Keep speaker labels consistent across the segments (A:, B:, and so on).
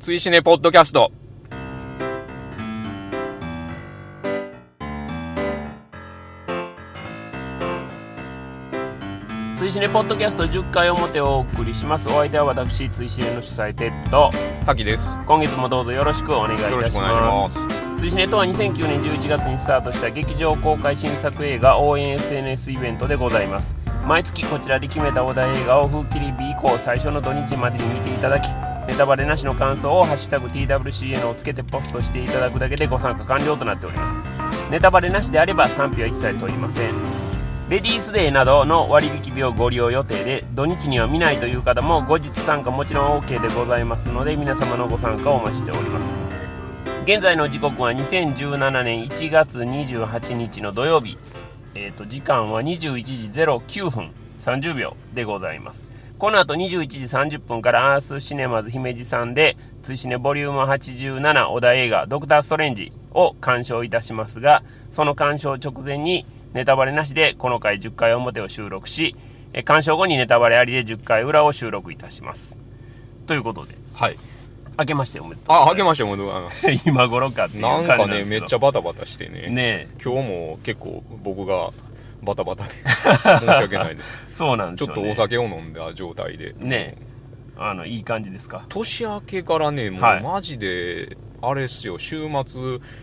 A: 追試ねポッドキャスト。
B: 追試ねポッドキャスト10回表をお送りしますお相手は私追試ねの主催テッド
A: 滝です。
B: 今月もどうぞよろしくお願いいた
A: よろしく
B: し
A: お願いしま。
B: ますす追試ねとは2009年11月にスタートした劇場公開新作映画応援 SNS イベントでございます毎月こちらで決めたお題映画を風切り日以降最初の土日までに見ていただきネタバレなしの感想を「ハッシュタグ #TWCN」をつけてポストしていただくだけでご参加完了となっておりますネタバレなしであれば賛否は一切問いませんレディースデーなどの割引日をご利用予定で土日には見ないという方も後日参加もちろん OK でございますので皆様のご参加をお待ちしております現在の時刻は2017年1月28日の土曜日、えー、と時間は21時09分30秒でございますこの後21時30分からアースシネマズ姫路さんで「追試ねボリューム87お題映画ドクター・ストレンジ」を鑑賞いたしますがその鑑賞直前にネタバレなしでこの回10回表を収録しえー鑑賞後にネタバレありで10回裏を収録いたしますということで
A: はい。
B: 明けましておめでとう
A: あ、あけましておめでとうございます。
B: 今頃かっていう
A: な
B: 感
A: ん
B: じな
A: か
B: んで
A: ね、め
B: すけ
A: っ
B: ど
A: ちゃバタバタしてね。
B: ね
A: 今日も結構僕がバタバ タで申し訳ないです。
B: えそうなんです
A: ちょ
B: よ、
A: っ
B: ね、
A: とお酒を飲んだ状態で。
B: ねえあのいい感じですか
A: 年明けからね、もう
B: はい
A: マジで、あれっすよ、週末、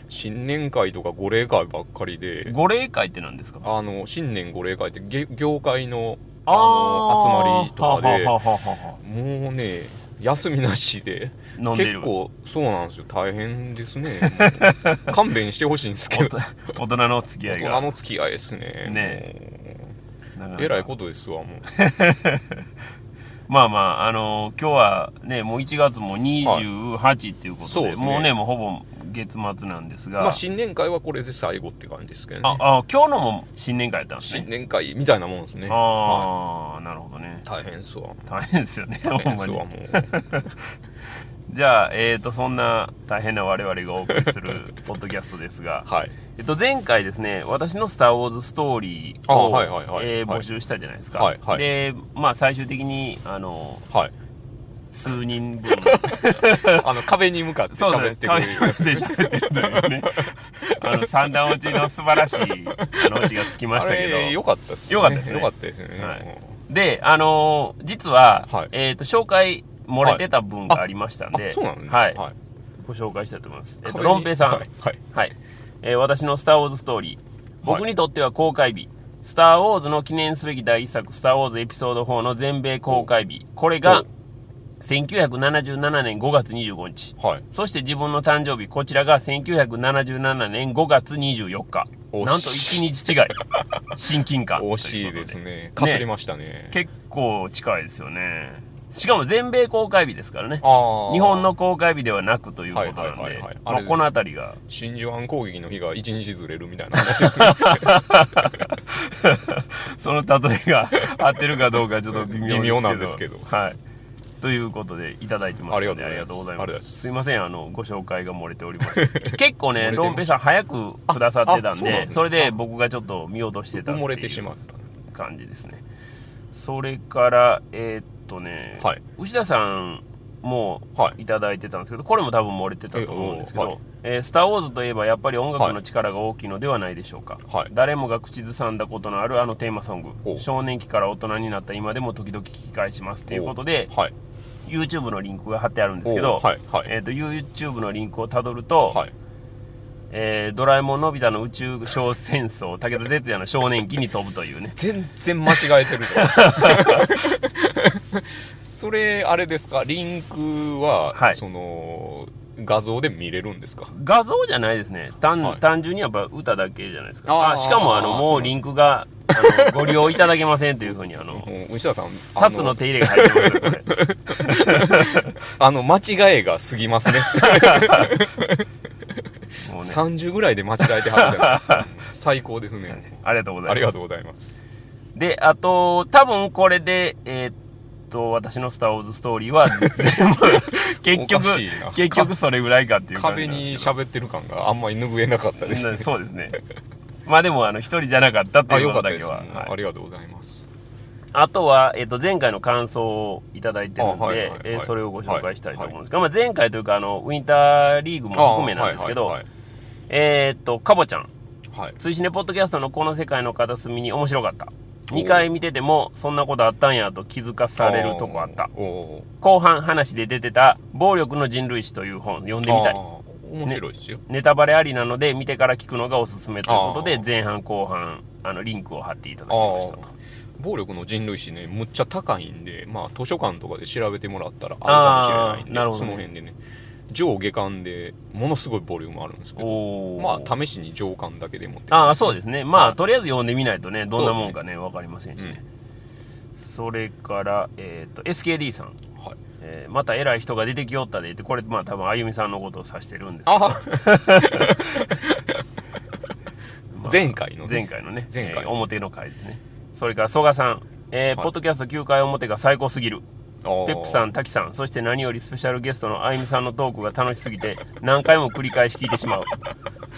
A: 新年会とか御礼会ばっかりで、
B: ご霊会って何ですか
A: あの、新年御礼会ってげ業界の、あの、
B: あー
A: 集まりとかで、
B: はあはあはあはあ
A: もうね、休みなしで、
B: 飲ん
A: 結
B: でる
A: 構、そうなんですよ、大変です ね。もう勘弁してほしいんですけ
B: お
A: ど
B: と、 大人の付き合
A: 大
B: い
A: 人
B: が
A: の付き合いですね。
B: ねなかな
A: も
B: か
A: うえらいことですわ、もう。
B: まあまああの今日はねもう1月も28っていうことで,、
A: そうですね
B: もうねもうほぼ月末なんですが、
A: まあ、新年会はこれで最後って感じですけど
B: あ
A: ね。
B: あ今日のも新年会やったんです
A: 新
B: ね
A: 年会みたいなもんですね。
B: あ
A: は
B: あ、なるほどね
A: い大変っすわ。
B: 大変ですよね
A: 大
B: ほ
A: 変
B: ん
A: っ
B: ますに
A: わ、もう。
B: じゃあ、えー、とそんな大変な我々がお送りするポッドキャストですが、
A: はい。
B: えっと、前回ですね私の「スター・ウォーズ・ストーリー
A: あ
B: を」
A: はいはいはい
B: えー
A: はい
B: 募集したじゃないですか、
A: はいはい
B: で、まあ、最終的にあの
A: はい。
B: 数人 分
A: あの、壁に向かって
B: そうだ
A: 喋っ
B: ね
A: てくれるやつ。
B: で喋ってるとい うねあの三段落ちの素晴らしいあの落ちがつきま
A: あ
B: したけど
A: れ、良かったっす
B: 良かったですね
A: 良かったですよね。
B: はい
A: も
B: であの実は、
A: はい
B: えー、と紹介漏れてた分がありましたん
A: う
B: で、
A: あ、そうなのね。
B: はい
A: はい。
B: ご紹介したいと思います、えっと、
A: 壁に
B: ロンペイさん、
A: はいはい。
B: はい、えー私の「スター・ウォーズ・ストーリー」僕にとっては公開日「スター・ウォーズ」の記念すべき第一作「スター・ウォーズ・エピソード4」の全米公開日これ
A: お
B: が1977年5月25日
A: はい。
B: そして自分の誕生日こちらが1977年5月24日
A: 惜しい
B: なんと1日違い親近 感
A: 惜しい
B: とう
A: で
B: こと
A: すね。かすりましたね。
B: 結構近いですよねしかも全米公開日ですからね
A: ああ。
B: 日本の公開日ではなくということな
A: は
B: ん
A: いはいはい
B: で
A: はいあれ
B: まあこの辺りが
A: 真珠湾攻撃の日が一日ずれるみたいな話ですね。
B: その例えが合ってるかどうかちょっと微妙
A: 微妙なんですけど
B: はい。ということでいただいてますので
A: あ
B: あ
A: り
B: り
A: が
B: が
A: と
B: と
A: うご
B: うご
A: ざ
B: ざ
A: い
B: い
A: ますあり
B: ま
A: がとうございます
B: す。すいませんあのご紹介が漏れております 結構
A: 漏れてまし
B: ね
A: た
B: ロンペさん早くくださってた
A: あ
B: ん
A: そうなんです
B: で
A: ね
B: それで僕がちょっと見落としてた
A: 埋
B: って
A: もれてし
B: い
A: まっ
B: う
A: た。
B: 感じですねそれからえーっとね、
A: はい
B: 牛田さんも
A: はい
B: ただいてたんですけどこれも多分漏れてたと思うんですけど「
A: えおーはい
B: えースター・ウォーズ」といえばやっぱり音楽の力が大きいのではないでしょうか、
A: はい
B: 誰もが口ずさんだことのあるあのテーマソン
A: ほう
B: グ少年期から大人になった今でも時々聞き返しますということ で
A: はい。
B: YouTube のリンクが貼ってあるんですけど、
A: おはいはい
B: えー、と YouTube のリンクをたどると、
A: はい。
B: えードラえもんのび太の宇宙小戦争」武田鉄矢の少年期に飛ぶというね
A: 全然間違えてるじゃない ですかそれ、あれですかリンクは、
B: はい
A: その、画像で見れるんですか
B: 画像じゃないですね単,、
A: はい
B: 単純にやっぱ歌だけじゃないですか
A: あー
B: あしかもあの
A: そうなん
B: もう
A: です
B: リンクがあのご利用いただけませんというふうにあ の
A: もう牛田さん、あ
B: 札の手入れが入ってますよこれ
A: あの、間違えが過ぎますね。
B: もうね
A: 30ぐらいで間違えてはるじゃないです か。最高ですね。
B: ありがとうございます
A: ありがとうございます。
B: であと多分これでえーっと私の「スター・ウォーズ・ストーリ ーは」全部結
A: お
B: 局
A: かしいな
B: 結局それぐらいかっていう感じ
A: 壁
B: なんで
A: に
B: すけど
A: 喋ってる感があんまり拭えなかったですね。
B: そうですねまあでもあの一人じゃなかったって
A: あ、
B: いう
A: よ
B: こ
A: か
B: と
A: ったで
B: だけ
A: す。
B: は
A: もうあ
B: はい
A: りがとうございます。
B: あとは、えっと、前回の感想をいただいてるん
A: あはいはい
B: で
A: はい
B: えー、それをご紹介したいと思うんですが、まあ、前回というか、あの、ウィンターリーグも
A: あ
B: 含めなんですけど
A: はい、
B: えーっと、かぼちゃん、
A: はいはいはい
B: 追試ねポッドキャストのこの世界の片隅に面白かった。
A: お
B: 2回見てても、そんなことあったんやと気づかされるとこあった。
A: おお
B: 後半話で出てた、暴力の人類史という本、読んでみたい。
A: 面白いですよ、
B: ネタバレありなので見てから聞くのがおすすめということで
A: あー
B: 前半後半あのリンクを貼っていただきましたと
A: 暴力の人類史ねむっちゃ高いんでまあ図書館とかで調べてもらったらあ
B: あー
A: るかもしれないんで
B: なるほど
A: そ
B: ね
A: の辺でね上下巻でものすごいボリュームあるんですけど
B: おー
A: まあ試しに上巻だけでもって
B: ああそうですねま
A: は
B: あ
A: い
B: とりあえず読んでみないとねどんなもんかねわかりませんしね、それから、えー、と SKD さん、
A: はい
B: えーまた偉い人が出てきよったで」ってこれまあ多分あゆみさんのことを指してるんですけど
A: あ
B: まあ
A: 前回のね
B: 前回のね
A: 前回
B: えー表の回ですねそれから曽我さん、えー
A: はい
B: ポッドキャスト9回表が最高すぎる」 ペップさ
A: ん
B: ん、滝さん、そして何よりスペシャルゲストのあゆみさんのトークが楽しすぎて、何回も繰り返し聞いてしまう。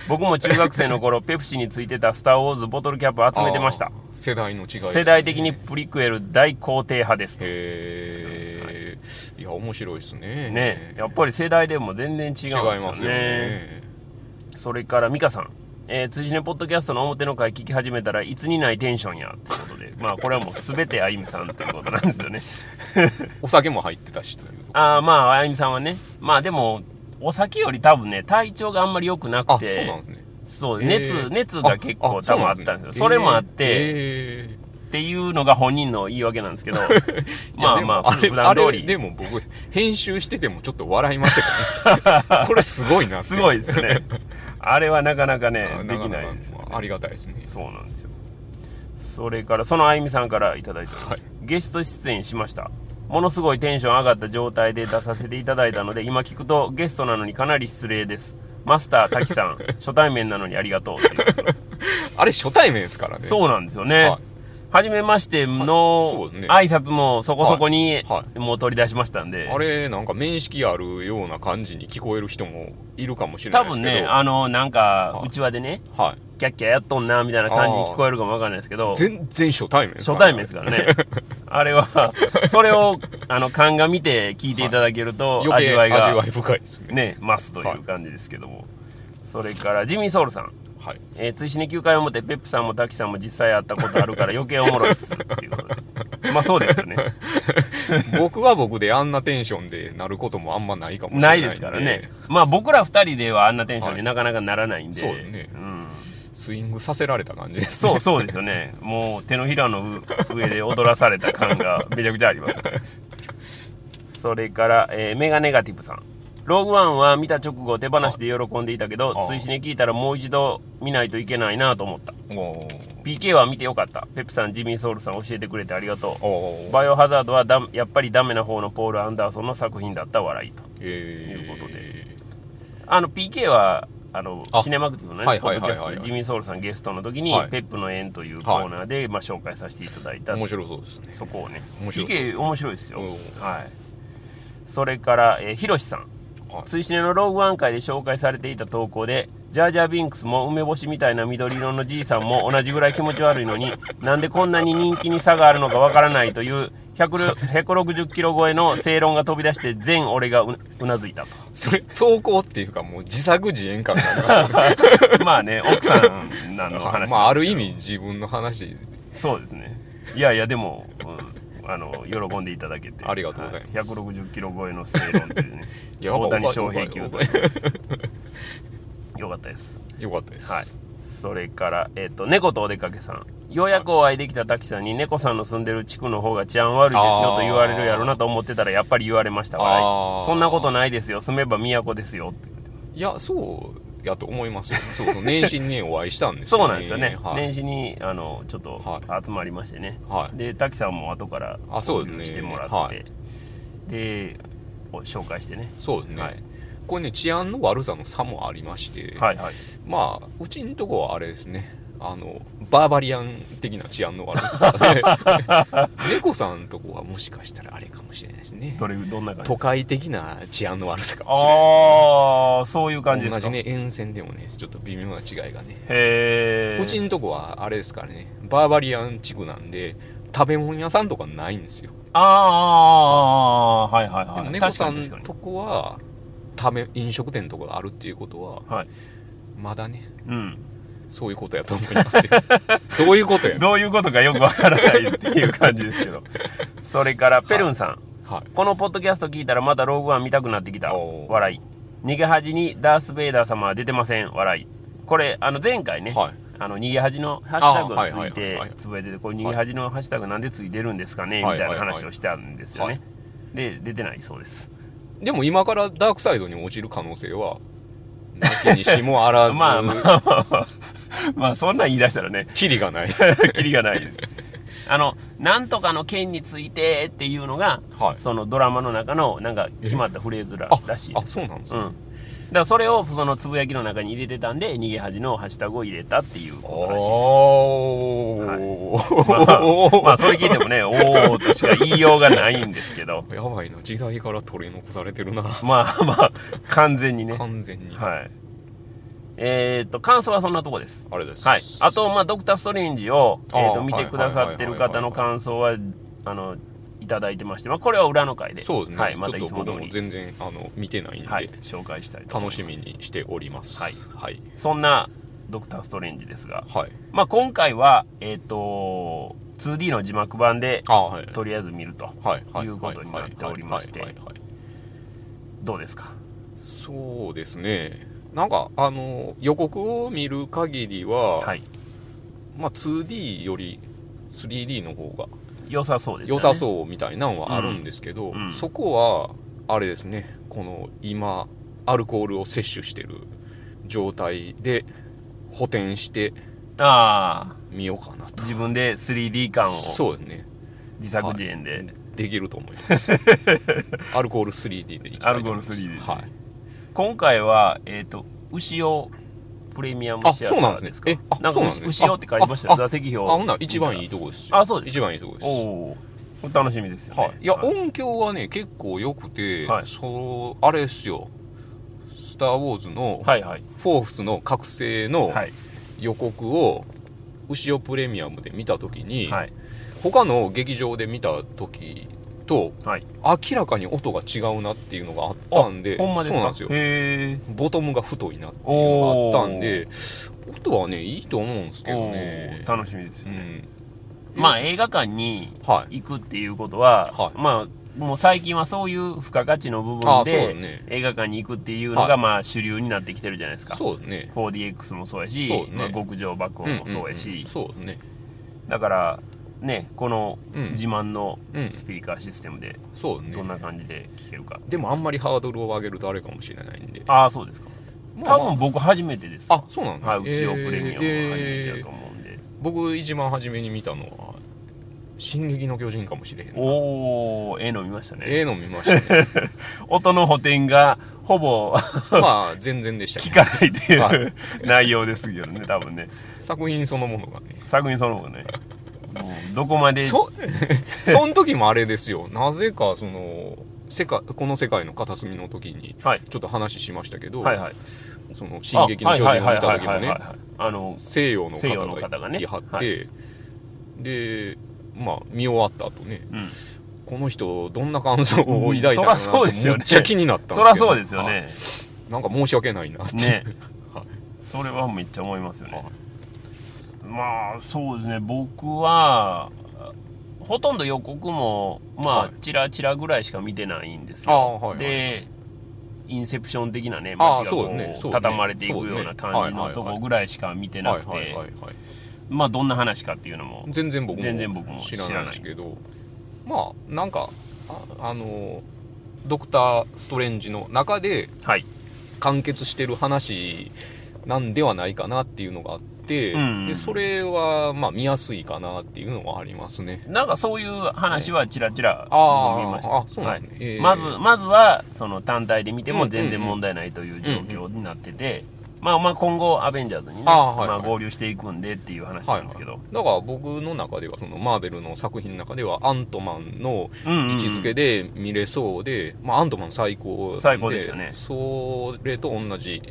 B: 僕も中学生の頃、ペプシについてたスター・ウォーズボトルキャップ集めてました。
A: 世代の違いですね、
B: 世代的にプリクエル大肯定派です。
A: へえいや面白いですね
B: ね、やっぱり世代でも全然違うんです
A: 違
B: よね。
A: いますよね
B: それから、ミカさん。えー、辻根ポッドキャストの表の回聞き始めたらいつにないテンションやってことで まあこれはもう全てあゆみさんっていうことなんですよね
A: お酒も入ってたしという
B: ああまああゆみさんはねまあでもお酒より多分ね体調があんまり良くな
A: あ
B: く
A: そう
B: て
A: なんですね
B: そう、
A: えー
B: 熱、熱が結構多分あったんですよ。それもあって、っていうのが本人の言い訳なんですけど、 まあまあ、
A: あれ
B: 普段通り。
A: でも僕編集しててもちょっと笑いました からねこれすごいなって
B: すごいです ね。あれはなかなかね
A: あ、
B: でき
A: か
B: な
A: か
B: いですよね、
A: ありがたいですね
B: そうなんですよ。それから、そのあゆみさんからいただいております。ゲスト出演しました。ものすごいテンション上がった状態で出させていただいたので、今聞くとゲストなのにかなり失礼です。マスター、滝さ ん、初対面なのにありがとうっていうことです
A: あれ初対面ですからね
B: そうなんですよね。
A: はい
B: 初めまして
A: はいそ
B: の
A: うね
B: 挨拶もそこそこに
A: いは
B: もう取り出しましたんで、
A: あれなんか面識あるような感じに聞こえる人もいるかもしれな
B: 多
A: いです
B: 分
A: けど
B: ね、あの、なんか
A: は、いう
B: ちわでね、
A: はい、
B: キャッキャやっとんな、みたいな感じに聞こえるかもわかんないですけど、
A: 全然初対面ですか
B: 初
A: ら
B: 対面ですか らね。あれは、それを、あの、勘が見て聞いていただけると、
A: 余
B: 味
A: 計
B: わい
A: 味
B: が
A: わ、い深いです ね
B: ね、増すとい
A: はいう
B: 感じですけども。それから、ジミー・ソウルさん。
A: はい
B: えー、追試に9回表、ペップさんも滝さんも実際会ったことあるから余計おもろいっす。っていうことで。まあそうですよね。
A: 僕は僕であんなテンションでなることもあんまないかもしれな
B: ないい
A: ん
B: ですからね。まあ僕ら二人ではあんなテンションでなかなかならないんで。
A: そうだね
B: ん
A: スイングさせられた感じです
B: そう、そうですよね。もう手のひらの上で踊らされた感がめちゃくちゃあります。それから、えーメガネガティブさん。ローグワンは見た直後手放しで喜んでいたけど
A: あ、
B: 追試に聞いたらもう一度見ないといけないなと思った。
A: お
B: PK は見てよかった。ペップさん、ジミー・ソウルさん教えてくれてありがと
A: おお
B: う。バイオハザードはだやっぱりダメな方のポール・アンダーソンの作品だった笑いと。
A: え
B: いうこと
A: で
B: あの PK はあの
A: あ
B: シネマクティブのね、
A: はいはいはいはい
B: ポッドキャストでジミー・ソウルさんゲストの時に、
A: はい
B: ペップの縁というコーナーで、まあ、紹介させていただいた
A: 面白そうですね
B: そこをね
A: 面白い
B: PK 面白いですよ
A: おう
B: はいそれから、えー、ひろしさん
A: はい
B: 追試ねのローグワン会で紹介されていた投稿でジャージャービンクスも梅干しみたいな緑色のじいさんも同じぐらい気持ち悪い のになんでこんなに人気に差があるのかわからないという100 160キロ超えの正論が飛び出して全俺がううなずいたと
A: それ投稿っていうかもう自作自演感があり ます
B: まあね、奥さんなの話、
A: まあある意味自分の話
B: そうですね。いやいや、でも、うんあの、喜んでいただけて。
A: ありがとうございます
B: は160キロ超えの正論っていうね。
A: やば
B: 大
A: い
B: 谷翔平級
A: や
B: と
A: ばいやば
B: よかったです。
A: い よかったです
B: はい。それから、えっ、と、猫とお出かけさん。ようやくお会いできた滝さんに、猫さんの住んでる地区の方が治安悪いですよと言われるやろなと思ってたら、やっぱり言われましたわ
A: あー
B: そんなことないですよ。住めば都ですよって言ってます。
A: いやそうやと思いますよそうそう年始にお会いしたんです
B: そうなんですよね。
A: はい
B: 年始に、あの、ちょっと
A: は
B: 集まりましてね。
A: はい
B: で滝さんも後から
A: あそうですね
B: 合流してもらって、
A: はい
B: でお紹介してね
A: そうですね、
B: はい
A: これね治安の悪さの差もありまして、
B: はいはい
A: まあうちのとこはあれですねあのバーバリアン的な治安の悪さ で猫さんとこはもしかしたらあれかもしれないですね
B: どれどんな感じ
A: 都会的な治安の悪さかもしれない
B: ああそういう感じです
A: 同
B: か
A: じね沿線でもねちょっと微妙な違いがね
B: へえ
A: うちのとこはあれですからねバーバリアン地区なんで食べ物屋さんとかないんですよ
B: あーあー、はいはいはい。
A: でも猫さん
B: 確かに
A: とこは食べ飲食店とかがあるっていうことは
B: 確かにはい。
A: まだね
B: うん。
A: そういうことやと思います よどういうことやねん
B: どういうことかよくわからないっていう感じですけど。それから、ペルンさん。
A: はい
B: このポッドキャスト聞いたらまたローグワン見たくなってきた。
A: おー
B: 笑い。逃げ恥にダース・ベイダー様は出てません。笑い。これ、あの、前回ね、
A: はい
B: あの、逃げ恥のハッシュタグがつ
A: あーはいはいはい
B: いて
A: はい
B: つぶやいてて、これ逃げ恥のハッシュタグなんでついてるんですかね、
A: はい
B: みたいな話をしたんですよね。
A: はい
B: で、出てないそうです。
A: でも今からダークサイドに落ちる可能性はなきにしもあらず
B: まあまあまあまあ、 まあそんなん言い出したらね、
A: キリがない
B: キリがないです。あの、なんとかの件についてっていうのが、
A: はい
B: そのドラマの中のなんか決まったフレーズら
A: あ
B: らしいです
A: あそうなんです
B: うん。
A: か、
B: だからそれをそのつぶやきの中に入れてたんで、逃げ恥のハッシュタグを入れたっていうことらしいです。
A: お
B: まあ、
A: ー
B: まあ、それ聞いてもね、おーとしか言いようがないんですけど、
A: やばいな時代から取り残されてるな
B: まあまあ、完全にね。は
A: 完全に、
B: い。えーっと、感想はそんなとこです。
A: あれです
B: はい。あと、まあ、ドクター・ストレンジを、
A: あ
B: え
A: ー
B: ーっと、見てくださってる方の
A: はいはいはいはい
B: 感想は、あの、いただいてまして、まあ、これは裏の回で、
A: そうですね、
B: はい、ま
A: ち
B: た
A: ょ
B: い
A: っ
B: つ
A: と
B: も
A: 僕
B: 通
A: も
B: り、
A: 全然あの見てないんで、
B: はい、紹介したいと思い
A: 楽
B: ます
A: しみ。にしております
B: は
A: は
B: い
A: い、
B: そんな、ドクター・ストレンジですが、
A: はい、
B: まあ、今回は、えっ、と、2D の字幕版で、
A: あはい
B: とりあえず見ると。
A: はいはい
B: いうことになっておりまして
A: はいはいはいはい
B: どうですか
A: そうですねなんかあの予告を見る限りは、
B: はい。
A: まあ、2D より 3D の方が
B: 良さそうです
A: 良
B: よね。
A: さそうみたいなのはあるんですけど、
B: うんうん
A: そこはあれですねこの今アルコールを摂取してる状態で補填して
B: あ
A: みようかなと
B: あ、自分で 3D 感を
A: そうですね
B: 自作自演で。
A: できると思います アルコール 3D でいきたいと思います
B: アルコール 3D
A: はい
B: 今回は、えっ、と、牛尾プレミアム
A: あ
B: シアタ
A: そうなんで
B: ー
A: すね
B: ですか
A: えあ
B: なん
A: そう
B: か
A: なんです
B: 牛
A: ね
B: 牛尾って書いてました
A: あ
B: よ。
A: あ
B: 座席
A: あ
B: 表。
A: ほんなら一番いいとこですよ
B: あそうです
A: 一番いいとこです
B: おおー。楽しみですよ、ね。
A: はい、いや、音響はね結構良くて、
B: はい
A: そうあれですよ「スター・ウォーズ」の
B: はいはい。
A: フォークスの覚醒の
B: はい。
A: 予告を牛尾プレミアムで見た時に、
B: はい。
A: 他の劇場で見た時と
B: はい。
A: 明らかに音が違うなっていうのがあったんで
B: ほんまです
A: そうなんで
B: か
A: すよ
B: へえ。
A: ボトムが太いなっていうのがあったんで音はねいいと思うんですけど
B: お
A: ね
B: ー楽しみです
A: う
B: よね。
A: ん
B: まあ映画館に
A: はい
B: 行くっていうことは、
A: はい
B: まあもう最近はそういう付加価値の部
A: あ
B: 分
A: あそうだ
B: で、
A: ね
B: 映画館に行くっていうの
A: は
B: がまあ主流になってきてるじゃないですか。
A: そうね
B: 4DX もそうやし、
A: そうね
B: まあ、極上爆音もそうやし、
A: んんんそうね
B: だからねこの
A: うん
B: 自慢の
A: うん
B: スピーカーシステムで
A: そうね
B: どんな感じで聴けるか、
A: でもあんまりハードルを上げるとあれかもしれないんで
B: ああそうですか
A: まあ
B: 多分僕初めてです
A: あそうなんだ、
B: はい牛尾プレミアムは初めて
A: え
B: だ
A: ー
B: と思うんで、
A: 僕一番初めに見たのは「進撃の巨人」かもしれへんな
B: おおええの見ました
A: え
B: ね
A: えの見ました ね
B: 音の補填がほぼ
A: まあ全然でした
B: 聞
A: けど
B: かないってい
A: は
B: う 内容ですけどね多分ね
A: 作品そのものがね
B: 作品そのものねもうどこまで
A: そ そん時もあれですよなぜかその世界この世界の片隅の時に
B: はい
A: ちょっと話しましたけど、
B: はいはい
A: その「進撃の巨人」を見た時もね
B: ねあの
A: 西洋の
B: 西洋の
A: 方
B: 方
A: が
B: がね
A: いはって、
B: は
A: でまあ見終わった後ね
B: うん
A: この人どんな感想を抱いたの
B: うん
A: かな
B: そらそうですよね
A: めっちゃ気になったんです
B: そ
A: けど
B: らそうですよ
A: はい
B: ね
A: なんか申し訳ないなっていう
B: ね
A: はい
B: それはめっちゃ思いますよね
A: はい
B: まあそうですね僕はほとんど予告もま
A: は
B: あちらちらぐらいしか見てないんで す
A: あ
B: よ、
A: あはいはい
B: でインセプション的なね
A: ああ
B: 街がこ
A: そうだ
B: う
A: ねそうだね
B: 畳まれていくような感じのと
A: そうだねはいはいは
B: こ
A: い
B: ぐらいしか見てなく
A: はいはい
B: て
A: はいはい
B: まあどんな話かっていうのも
A: 全然僕も
B: 全然僕も
A: 知
B: 知
A: ら
B: らない
A: ないですけどまあなんかああのドクター・ストレンジの中で
B: はい
A: 完結してる話なんではないかなっていうのがあって、
B: うんうん
A: でそれはまあ見やすいかなっていうのはありますね
B: なんかそういう話はちらちら
A: ああ
B: 見ました、
A: あそうなんですね
B: はい
A: ええ
B: まずまずはその単体で見て
A: うんう
B: も
A: ん
B: 全然問題ないという状況になってて、まあまあ今後アベンジャーズにね
A: ああはいはい
B: まあ、合流していくんでっていう話なんですけど、
A: だから僕の中ではそのマーベルの作品の中ではアントマンの
B: うんうん
A: 位置づけで見れそうで、まあ、アントマン最高なんで
B: 最高ですよね
A: それと同じ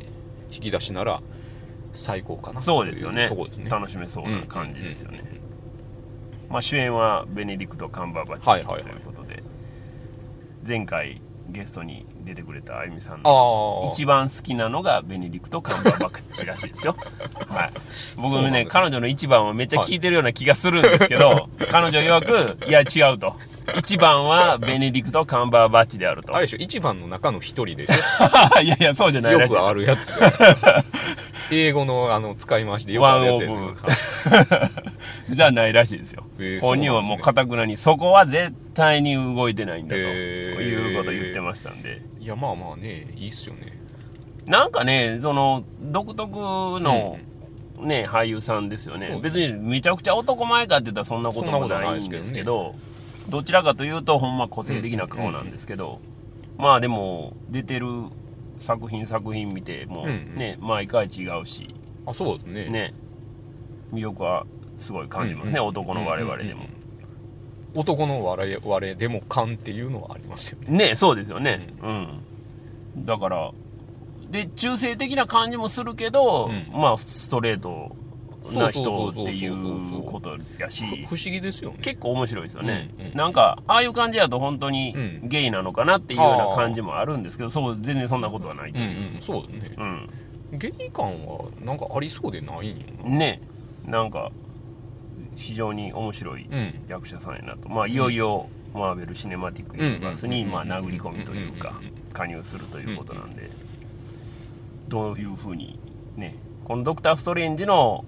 A: 引き出しなら最高かな
B: そうですよ
A: とい
B: ね
A: ところですね
B: 楽しめそうな感じですよね、まあ、主演はベネディクト・カンバーバッチ
A: はいはいはい
B: ということで前回ゲストに出てくれたあゆみさんの
A: ああ
B: 一番好きなのがベネディクト・カンバーバッチらしい ですよ、はい、僕
A: そうな
B: も
A: んです
B: ね
A: ね
B: 彼女の一番はめっちゃ聞いてるような気がするんですけど、彼女曰くいや違うと一番はベネディクト・カンバーバッチであると
A: あれでしょ一番の中の一人でし
B: いやいやそうじゃ
A: ょ
B: ない
A: よ
B: らしい
A: くあるやつじゃないです か英語のあの使い回しでよくあるやつやつ
B: ワンオーじゃないらしいですよ、
A: えー
B: 本人はもうかたくなにそこは絶対に動いてないんだと、
A: へー
B: いうことを言ってましたんで
A: いやまあまあねいいっすよね
B: なんかねその独特の、ね俳優さんですよ
A: そう
B: ね
A: ね
B: 別にめちゃくちゃ男前かって言ったらそんなこ
A: そ
B: と
A: ん
B: も
A: なこと
B: な
A: ない
B: い
A: で
B: ん
A: すけ
B: で
A: どね
B: すけどどちらかというとほんま個性的な顔なんですけど、まあでも出てる作品作品見ても
A: うんうん
B: ね、毎回違うし
A: あそうですね
B: ね魅力はすごい感じますね、
A: うんうん
B: 男の我々でも。
A: うんうんうん男の我々我々でも勘っていうのはありますよね
B: ねそうですよねうん、だからで中性的な感じもするけど、
A: うん
B: まあストレートな人
A: そうそうそう
B: って
A: そうそうそう
B: いうことやし
A: ふ不思議ですよね
B: 結構面白いですよね、
A: うんうん
B: なんかああいう感じだと本当に
A: うん
B: ゲイなのかなっていうような感じもあるんですけどそう全然そんなことはないと
A: うん
B: いう、
A: うんそうだね
B: うん
A: ゲイ感はなんかありそうでないんよな
B: ねなんか非常に面白い
A: うん
B: 役者さんやなとまあいよいよマーベル・シネマティック・ユニバースに
A: うんうん
B: まあ
A: うん
B: 殴り込みというか
A: うんうん
B: 加入するということなんでどういうふうにねこのドクター・ストレンジの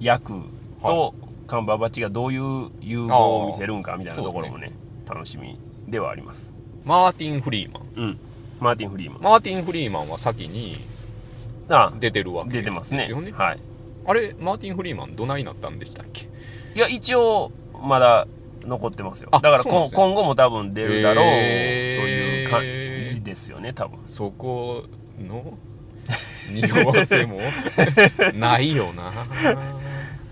B: 役
A: は
B: とカンバーバッチがどういう融合を見せるんかみたいなところもね楽しみではあります
A: マーティン・フリーマン
B: うんマーティン・フリーマン
A: マーティン・フリーマンは先に
B: あ
A: 出てるわけ
B: 出てますね
A: ですよね
B: はい
A: あれマーティン・フリーマンどないなったんでしたっけ
B: いや一応まだ残ってますよだ
A: あ
B: から
A: そうなん
B: こ
A: ですね
B: 今後も多分出るだろうと
A: へ
B: いう
A: ー
B: 感じですよね多分
A: そこの匂わせ もないよな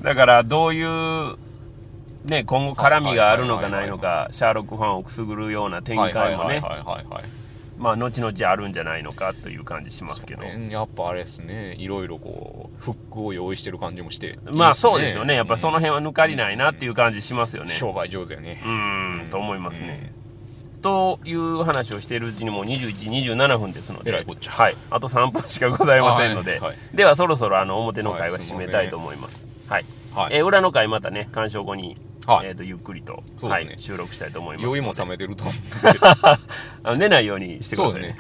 B: だからどういう、ね、今後絡みがあるのかないの
A: は
B: かシャーロックファンをくすぐるような展開も
A: はいはい
B: ね
A: はいはいはい
B: まあ後々あるんじゃないのかという感じしますけど
A: そうねやっぱあれですねいろいろこうフックを用意してる感じもして
B: まあそうですよねやっぱその
A: 辺
B: 辺は抜かりないなっていう感じしますよね
A: 商売上手やね
B: うーんと思いますねという話をしているうちにもう21時27分ですの
A: えら
B: で
A: いこっちゃ
B: はいあと3分しかございませんので
A: はいはい
B: ではそろそろあの表の会は締めたいと思いますはい
A: はい
B: えー裏の会またね鑑賞後に
A: はい
B: えーとゆっくりと
A: そう
B: は
A: ですね
B: い収録したいと思い ます
A: 酔いも
B: ので
A: 冷めてると思
B: あの寝ないようにしてく
A: そ
B: だ
A: う
B: さい
A: で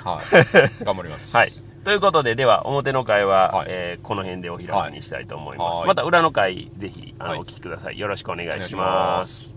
A: す
B: ね
A: ねはい 頑張ります
B: はいということででは表の会は、
A: はい
B: えーこの辺でお開きにしたいと思います、
A: はい
B: また裏の会ぜひあの、
A: はい
B: お聞きくださいよろしくお願
A: お
B: い
A: 願い
B: し
A: しま
B: ます
A: す